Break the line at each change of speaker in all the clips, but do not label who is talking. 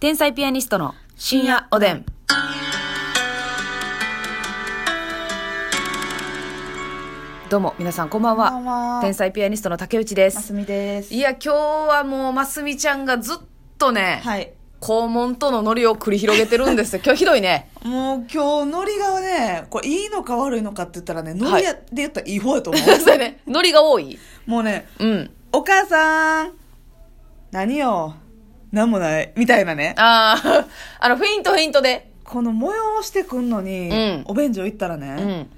天才ピアニストの深夜おでん。どうも皆さんこんばんは。
こんばんは
天才ピアニストの竹内で。
ますすみです。
いや今日はもうますみちゃんがずっとね、
はい。
肛門とのノリを繰り広げてるんです よ。今日ひどいね。
もう今日、ノリがね、これいいのか悪いのかって言ったらね、ノリやで言ったらいい方や と思う。
そうやね。ノリが多い。
もうね、
うん。
お母さん、何よ、なんもない、みたいなね。
ああ、あの、フェイントフェイントで。
この模様をしてくんのに、
うん
お便所行ったら
う
ね、
ん。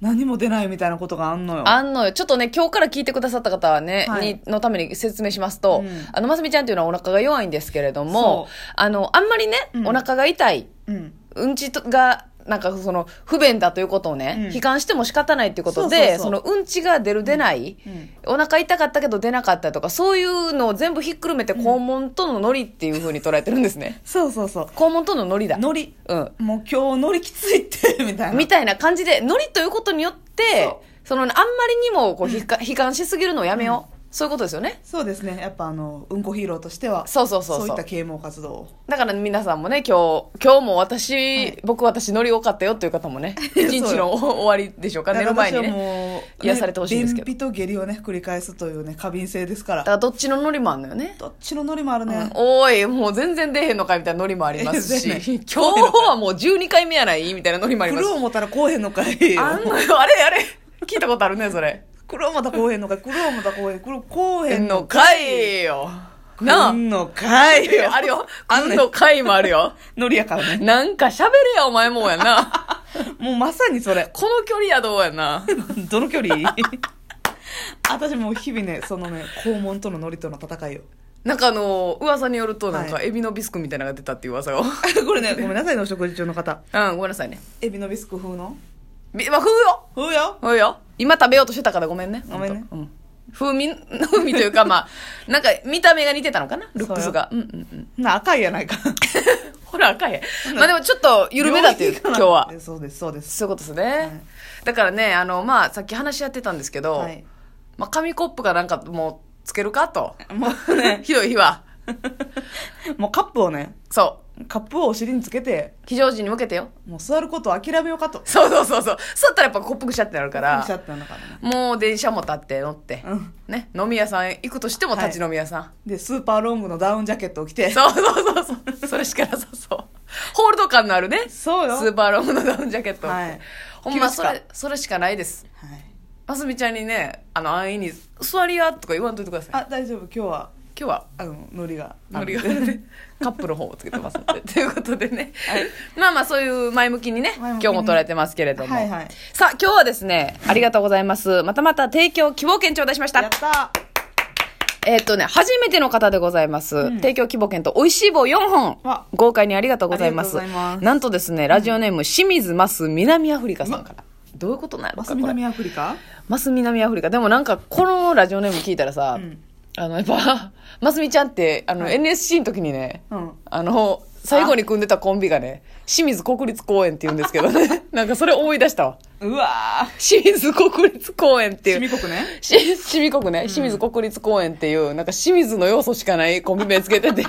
何も出ないみたいなことがあんのよ。
あんのよ。ちょっとね、今日から聞いてくださった方はね、
はい
にのために説明しますと、
うん
あの、ますみちゃんっていうのはお腹が弱いんですけれども
そ、
あの、あんまりね、
うん
お腹が痛い、
うん。
うんちとが、なんかその、不便だということをね、
うん
悲観しても仕方ないということで、
そ
そう
そうそう
の、うんちが出る出ない、
うん
お腹痛かったけど出なかったとか、そういうのを全部ひっくるめて、肛門とのノリっていうふうに捉えてるんです ね。
そうそうそう。
肛門とのノリだ。
ノリ。
うん。
もう今日ノリきついって、みたいな。
みたいな感じで、ノリということによって
そ、
その、あんまりにも、こう、悲観悲観しすぎるのをやめよう。そういうことですよね。
そうですね。やっぱあの、うんこヒーローとしては、
そうそうそうそう
いった啓蒙活動を。
だから皆さんもね、今日、今日も私、
い
僕私ノリ多かったよっていう方 もね、一日の終わりでしょうか、寝る前に
だから私
ね。
はもう
癒されてほしいんですけど
便秘と下痢をね繰り返すというね過敏性ですか
だ
ら
からどっちのノリもあんのよね。
どっちのノリもある
うん
ね、
おい、もう全然出へんのかいみたいなノリもありますし、
え
今
全然
日はもう12回目やないみたいなノリもあり
来
ます
る
し。
思ったらこうへんのかい
あんのよ、あれあれ、聞いたことあるね、それ。
来る思ったらこうへんのかい来る思ったらこうへん来るこうへ
え
ん
ん
の
のかいよ。な
来
あ
ん。のかいよ
あるよ。あんのかいもあるよ。
ノリやからね
なんか喋れや、お前もや な。
もうまさにそれ
この距離やどうやな。
どの距離 私もう日々ねそのね肛門とのノリとの戦いよ
なんかあの、噂によると、なんか、
は
エビのビスクみたいなのが出たっていう噂 が。
これねごめんなさいねお食事中の方
うん、ごめんなさいね。
エビのビスク風の
びまあ、風よ
風よ
風よ今食べようとしてたからごめんね。
ごめんね
ほとうん。風味、風味というか、まあ、なんか、見た目が似てたのかなルックスが。うんうんうん。
な赤いやないか
ほら、赤い。まあでも、ちょっと、緩めだ っていう、
病気か
今
な
日は。
そうですそうです
そういうことですね。だからね、あの、まあ、さっき話し合ってたんですけど、
はい
まあ、紙コップかなんかもう、つけるかと。
もう ね
ひどい日は。
もうカップをね
そう。
カップをお尻につけて
非常時に向けてよ。
もう座ることを諦めようかと
そうそうそうそう。そうったらやっぱコップぐしゃってなるか
おっしゃ
ら、
ったのかな
もう電車も立って乗って、
うん
ね、飲み屋さん行くとしても
はい
立ち飲み屋さん。
でスーパーロングのダウンジャケットを着て
そうそうそうそう。それしかなさそう。ホールド感のあるね。ス
そうよ
ーパーロングのダウンジャケット。
はい
ほんま
着るし
そ
か
れ、それしかないです。
はい
ますみちゃんにね、あの、安易に、座りやとか言わんといてください。
あ大丈夫今日は
今日は、
あのノリが
ノリが
あるんで
カップの方をつけてますの で。ということでね。まあまあそういう前向きにね、
前
今
向き
日
に
も捉えてますけれども。
はいはい
さあ今日はですね、ありがとうございます。またまた提供希望券頂戴しまし
や
た
っ。た
えーっとね、初めての方でございます。提供希望券と美味しい棒4本
わ。
豪快にありがとうございます。
ありがとうございます
なんとですね、ラジオネーム、清水マス南アフリカさんから。どういうことなの
マ
か
ス
これ
南アフリカ
マス南アフリカ。でもなんか、このラジオネーム聞いたらさ、
ん
あの、やっぱ、 マスミちゃんって、あの、
はい
NSC の時にね、
うん
あの、最後に組んでたコンビがね、清水国立公園って言うんですけど ね、なんかそれ思い出したわ。
うわ
清水国立公園って
ー
い
シミ
う。
国ね
し清水国ね、清水国立公園っていう、なんか清水の要素しかないコンビ名つけ てて、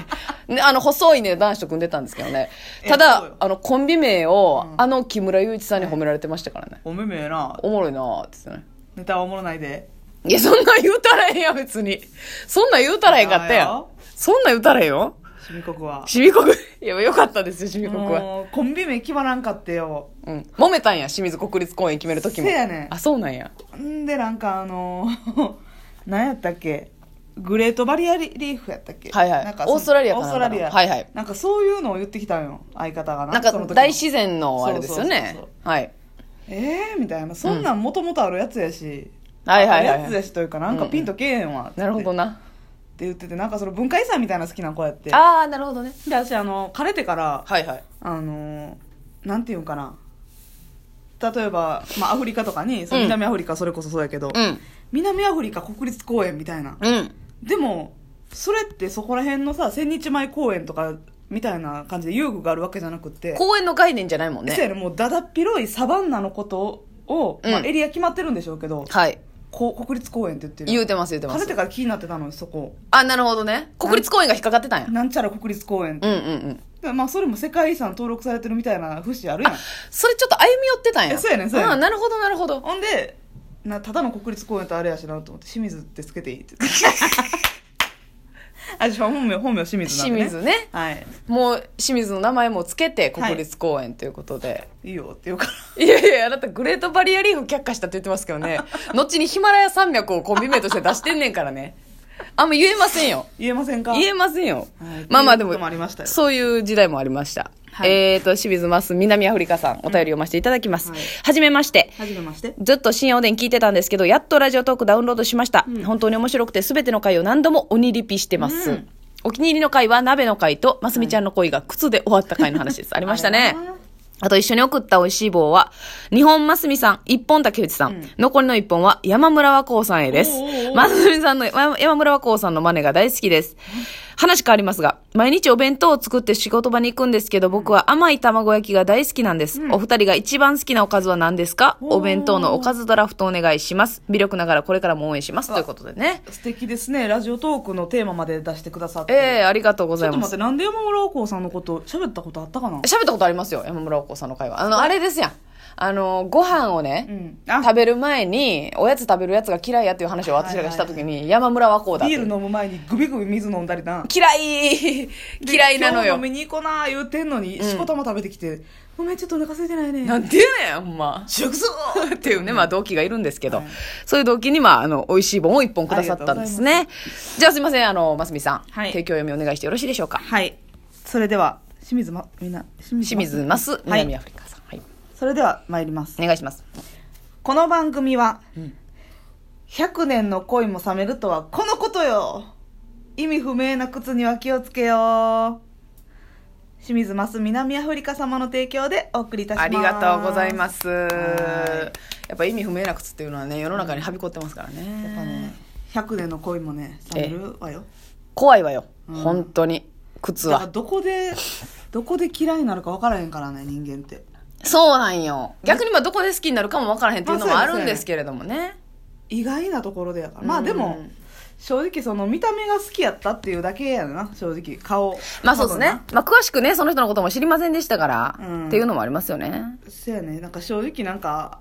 ね、あの、細いね、男子と組んでたんですけどね。
え
た
そう
だ
よ、
あの、コンビ名を、
うん
あの木村祐一さんに褒められてましたからね。
おめめやな
おもろいなーって言ってね。
ネタはおもろないで
いや、そんなん言うたらええやん、別に。そんなん言うたらええかったや
あー
ん
よ。
そんなん言うたらええよ。
シミ国は
シミ 国、いや、よかったですよ、シミ国は。
もうコンビ名決まらんかってよ
うん。揉めたんや、清水国立公園決めるときも。
せやねん
あ、そうなんや。
んでなんかあの ー何やったっけグレートバリアリーフやったっけ
はいはい
なんかその
オーストラリアか
オー
なんか
スト
の
ラリア
はいはい
なんかそういうのを言ってきたんよ相方がな
なん
その時
か、
の
大自然のあれですよね
そうそうそう。
はい。
えーみたいなそんなんもともとあるやつやし、
はいはいは
あるやつ
い。
やしというかなんかピンとけえへんわ、
なるほど
っ
な。
て言っててなんかその文化遺産みたいなの好きな子やって
あー、なるほどね。
で私あのかれてから
はいはい。
あのーなんていうんかな例えば、まあ、アフリカとかにその南アフリカそれこそそうやけど、
うん。
南アフリカ国立公園みたいな
うん。
でもそれってそこら辺のさ千日前公園とかみたいな感じで遊具があるわけじゃなくって
公園の概念じゃないもん
そう
ね。
やねもうだだっ広いサバンナのことを、まあ
うん
エリア決まってるんでしょうけど
はい。
こ国立公園って言ってる
言
やん
うてます言うてま
かね
す
てから気になってたのよそこ
あなるほどね国立公園が引っかかってたんや
なんちゃら国立公園って
うんうんうん
でまあそれも世界遺産登録されてるみたいな節あるやん
それちょっと歩み寄ってたんや
えそうやねんそうやねん
あなるほどなるほど
ほんでなただの国立公園とあれやしなと思って清水ってつけていい って言ってあじゃあ本名本名清水なん
清
で、ね、
水ね
はい
もう清水の名前もつけて国立公園ということで、
いいよっていうから
い、やいやあなたグレートバリアリーフ却下したって言ってますけど ね後にヒマラヤ山脈をコンビ名として出してんねんからねあんま言えませんよ
言えませんか
言えませんよ、
はい
まあまあ
と
で
いうこ
も
ともありましたよ
そういう時代もありました、
はい
えっ、と清水ます南アフリカさんお便り読ませていただきます、
うんはい
はじめまして
はじめまして
ずっと深夜おでん聞いてたんですけど、やっとラジオトークダウンロードしました。本当に面白くて、すべての回を何度も鬼リピしてます。
うん
お気に入りの回は鍋の回と、ますみちゃんの恋が靴で終わった回の話です。ありましたね
あれな。
あと一緒に送った美味しい棒は、日本ますみさん、一本竹内さん、残りの一本は山村和光さんへです
おーおーお。ー
ますみさんの、や山村和光さんの真似が大好きです。話変わりますが、毎日お弁当を作って仕事場に行くんですけど、僕は甘い卵焼きが大好きなんです。お二人が一番好きなおかずは何ですか
おー
お弁当のおかずドラフトお願いします。微力ながらこれからも応援します。ということでね。
素敵ですねラジオトークのテーマまで出してくださって
ええありがとうご
ち
ざ
ょ
い
っと
ま
待っ
す
て。なんで山村おこうさんのこと喋ったことあったかな
喋ったことありますよ、山村和光さんの会話。あの、あれですやん。あの、ご飯をね、
うんあ
食べる前に、おやつ食べるやつが嫌いやっていう話を私らがしたときに、山村和光だって
ビール飲む前にグビグビ水飲んだりな
嫌い嫌いなの
で今日
よ
飲。みに行こうな言うてんのにしこたま食べてきて、ごめんちょっとお腹空いてないね
なんでやねん、ほんま。
食そ
っていうね、まあ動機がいるんですけど、
はい
そういう動機に、まあ、あの、美味しい本を一本くださったんですね。じゃあすいません、あの、ますみさん、
はい
提供読みお願いしてよろしいでしょうか。
はいそれでは清水まみんな清
清水
ま
ます、南アフリカさん。はい。
それでは参ります
お願いします。
この番組は、
うん
100年の恋も冷めるとはこのことよ意味不明な靴には気をつけよう清水ます南アフリカ様の提供でお送りいたします
ありがとうございます。
は
やっぱ意味不明な靴っていうのはね、世の中にはびこってますからね。
やっぱね100年の恋もね冷めるわよ
怖いわよ、
うん
本当に。靴
だから
は。
どこでどこで嫌いになるか分からへんからね人間って
そうなんよ。逆にまあどこで好きになるかも分からへんっていうのも
ま
あ
あそうやね
るんですけれどもね。
意外なところでやからまあで
う
も
ん
正直その見た目が好きやったっていうだけやな正直顔
まあそうです
な
ね。まあ詳しくね、その人のことも知りませんでしたから、
うん
っていうのもありますよね。
そうやねなんか正直なんか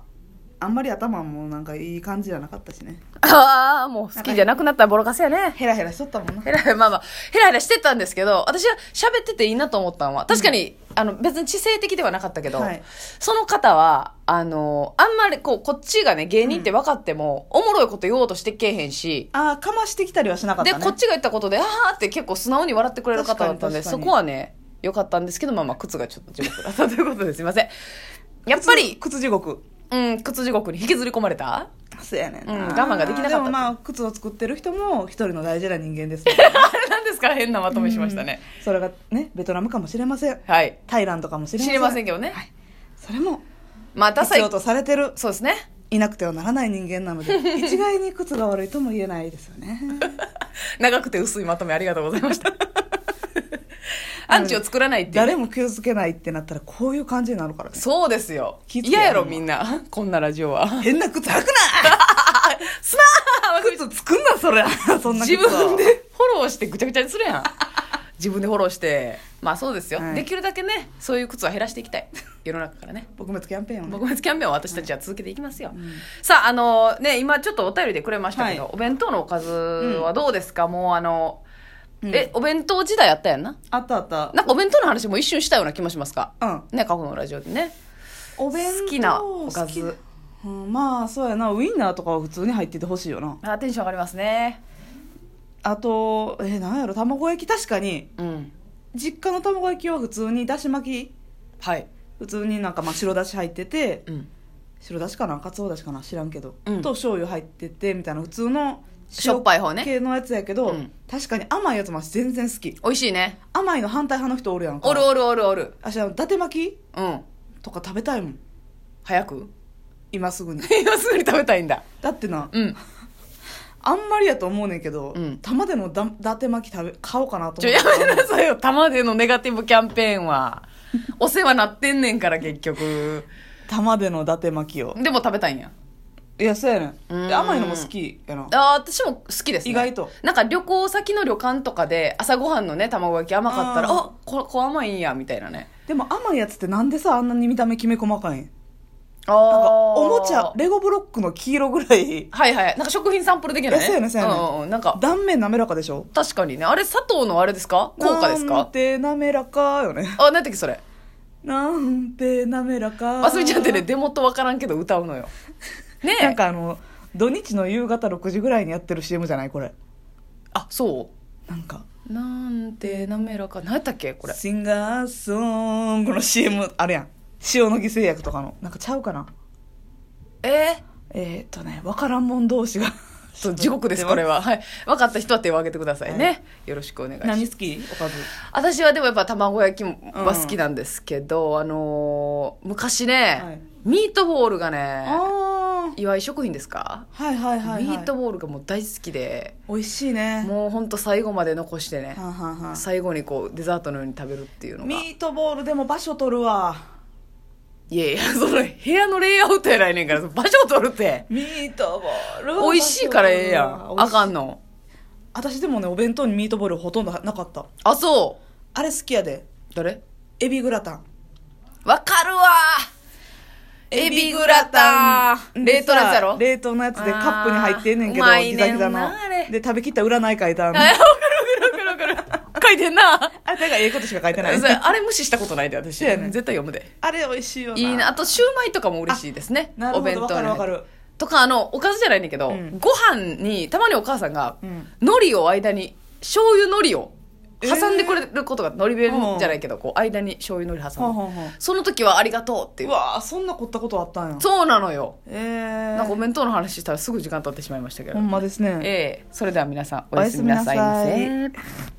あんまり頭もなんかいい感じじゃなかったしね
ああ、もう好きじゃなくなったらボロカスやね。
ヘラヘラしとったもんな
ヘラヘラ、まあまあ、ヘラヘラしてたんですけど、私は喋ってていいなと思ったのは、確かに、あの、別に知性的ではなかったけど、
はい
その方は、あの、あんまりこう、こっちがね、芸人って分かっても、おもろいこと言おうとしてけえへんし、
ああかましてきたりはしなかった
で、
ね
こっちが言ったことで、あーって結構素直に笑ってくれる方だったんで、
確かに確か
そ
に
こはね、良かったんですけど、まあまあ、靴がちょっと地獄だったということですいません。やっぱり、
靴地獄
うん、靴地獄に引きずり込まれた
そうやねんな、
うん我慢ができなかった
でもまあ靴を作ってる人も一人の大事な人間ですね
あれなんですか変なまとめしましたね。
それがねベトナムかもしれません
はい。
タイランドかもしれませ
知
ん
りませんけどね。
それも
まあ、ダサ
必
い
要。とされてる
そうですね。
いなくてはならない人間なので 一概に靴が悪いとも言えないですよね
長くて薄いまとめありがとうございま した。アンチを作らないっていうね、
誰も気をつけないってなったらこういう感じになるから ね
そうですよ。
気ぃつけ
嫌やろ、
ほんま
みんな。こんなラジオは。
変な靴履く
すまーん
な靴作ん なそれそんな靴
自
は
分でフォローしてぐちゃぐちゃにするやん。自分でフォローして。まあそうですよ、
はい
できるだけね、そういう靴は減らしていきたい。世の中からね。
撲滅キャンペーンをね
僕滅キャンペーンは私たちは続けていきますよ、さああのね今ちょっとお便りでくれましたけど、
はい
お弁当のおかずはどうですか、もうあの、
うん
えお弁当時代あったやんな
あったあった
なんかお弁当の話も一瞬したような気もしますか
うん
ね過去のラジオでね
お弁当
好きなおかず
好きうん、まあそうやなウインナーとかは普通に入っててほしいよな
あテンション上がりますね
あとえー、なんやろ卵焼き確かに
うん
実家の卵焼きは普通にだし巻き
はい
普通になんかまあ白だし入ってて
うん
白だしかなかつおだしかな知らんけど、
うん
と醤油入っててみたいな普通の
しょっぱい方ね
塩系のやつやけど、
うん
確かに甘いやつも私全然好き
美味しいね
甘いの反対派の人おるやんか
おるおるおるおる
私あの伊達巻き
うん
とか食べたいもん
早く
今すぐに
今すぐに食べたいんだ
だってな
うん
あんまりやと思うねんけど、
うん
玉でのだ伊達巻き食べ買おうかなと
ち
思
ょ
っ
や
て
めなさいよ玉でのネガティブキャンペーンはお世話なってんねんから結局
玉での伊達巻きを
でも食べたいんや
いやそうやねん
うん
で甘いのも好きやな
あー私も好きです、ね、
意外と
なんか旅行先の旅館とかで朝ごはんのね卵焼き甘かったら
あー
あここ甘いんやみたいなね
でも甘いやつってなんでさあんなに見た目きめ細かいんなんか
あ
おもちゃレゴブロックの黄色ぐらい
はいはいなんか食品サンプル的なね
いやそうやねそうやね
んうんなんか
断面滑らかでしょ
確かにねあれ砂糖のあれですか効果です
な
か
んて滑らかよね
あ何やったっけそれ
なんて滑らか
ますみちゃんってねデモと分からんけど歌うのよねえ
なんかあの土日の夕方6時ぐらいにやってる CM じゃないこれ
あそ
なんか
うなんて滑らか何やったっけこれ
シンガーソングの CM あるやん塩野義製薬とかのなんかちゃうかな
えー
えー、っとね分からんもん同士が
そう地獄ですこれははい分かった人は手を挙げてくださいね、よろしくお願いします
何好きおかず
私はでもやっぱ卵焼きは好きなんですけど、あのー昔ね、
はい
ミートボールがね
あ
岩井食品ですか、
あはいはいはい、はい、
ミートボールがもう大好きで
美味しいね
もうほんと最後まで残してね
はんはんはん
最後にこうデザートのように食べるっていうのが
ミートボールでも場所取るわ
いやいやその部屋のレイアウトやないねんからその場所取るって
ミートボールは場所取るわ
美味しいからええやんあかん
の
の
私でもねお弁当にミートボールほとんどなかった
あそう
あれ好きやで
誰
エビグラタン
わかるわエビグラタン冷凍のやつやろ
冷凍のやつでカップに入ってんねんけど
あーうまい
ギ
ねんな
ザギザの
あれ
で食べきった占い書いたあの
あわかるわかるわかるわかる書いてんな
あれだからええことしか書いてない
それあれ無視したことないで私、
そうやね
絶対読むで
あれ美味しいよない
いなあとシューマイとかも嬉しいですね
なる
お
ほ
弁
どわ
当
か
に
るわかる
とかあのおかずじゃないねんだけど、
うん
ご飯にたまにお母さんが、
うん
海苔を間に醤油海苔を挟んでくれることが、海苔
う
弁
ん
じゃないけどこう間に醤油海苔挟
ほん
む、
ほんほん
その時はありがとうっていうう
わーそんな凝ったことあったんや
そうなのよ
えー、
なんかお弁当の話したらすぐ時間経ってしまいましたけど、
ほんまですね
ええそれでは皆さんおやすみなさいま
おやすみ
せ
なさい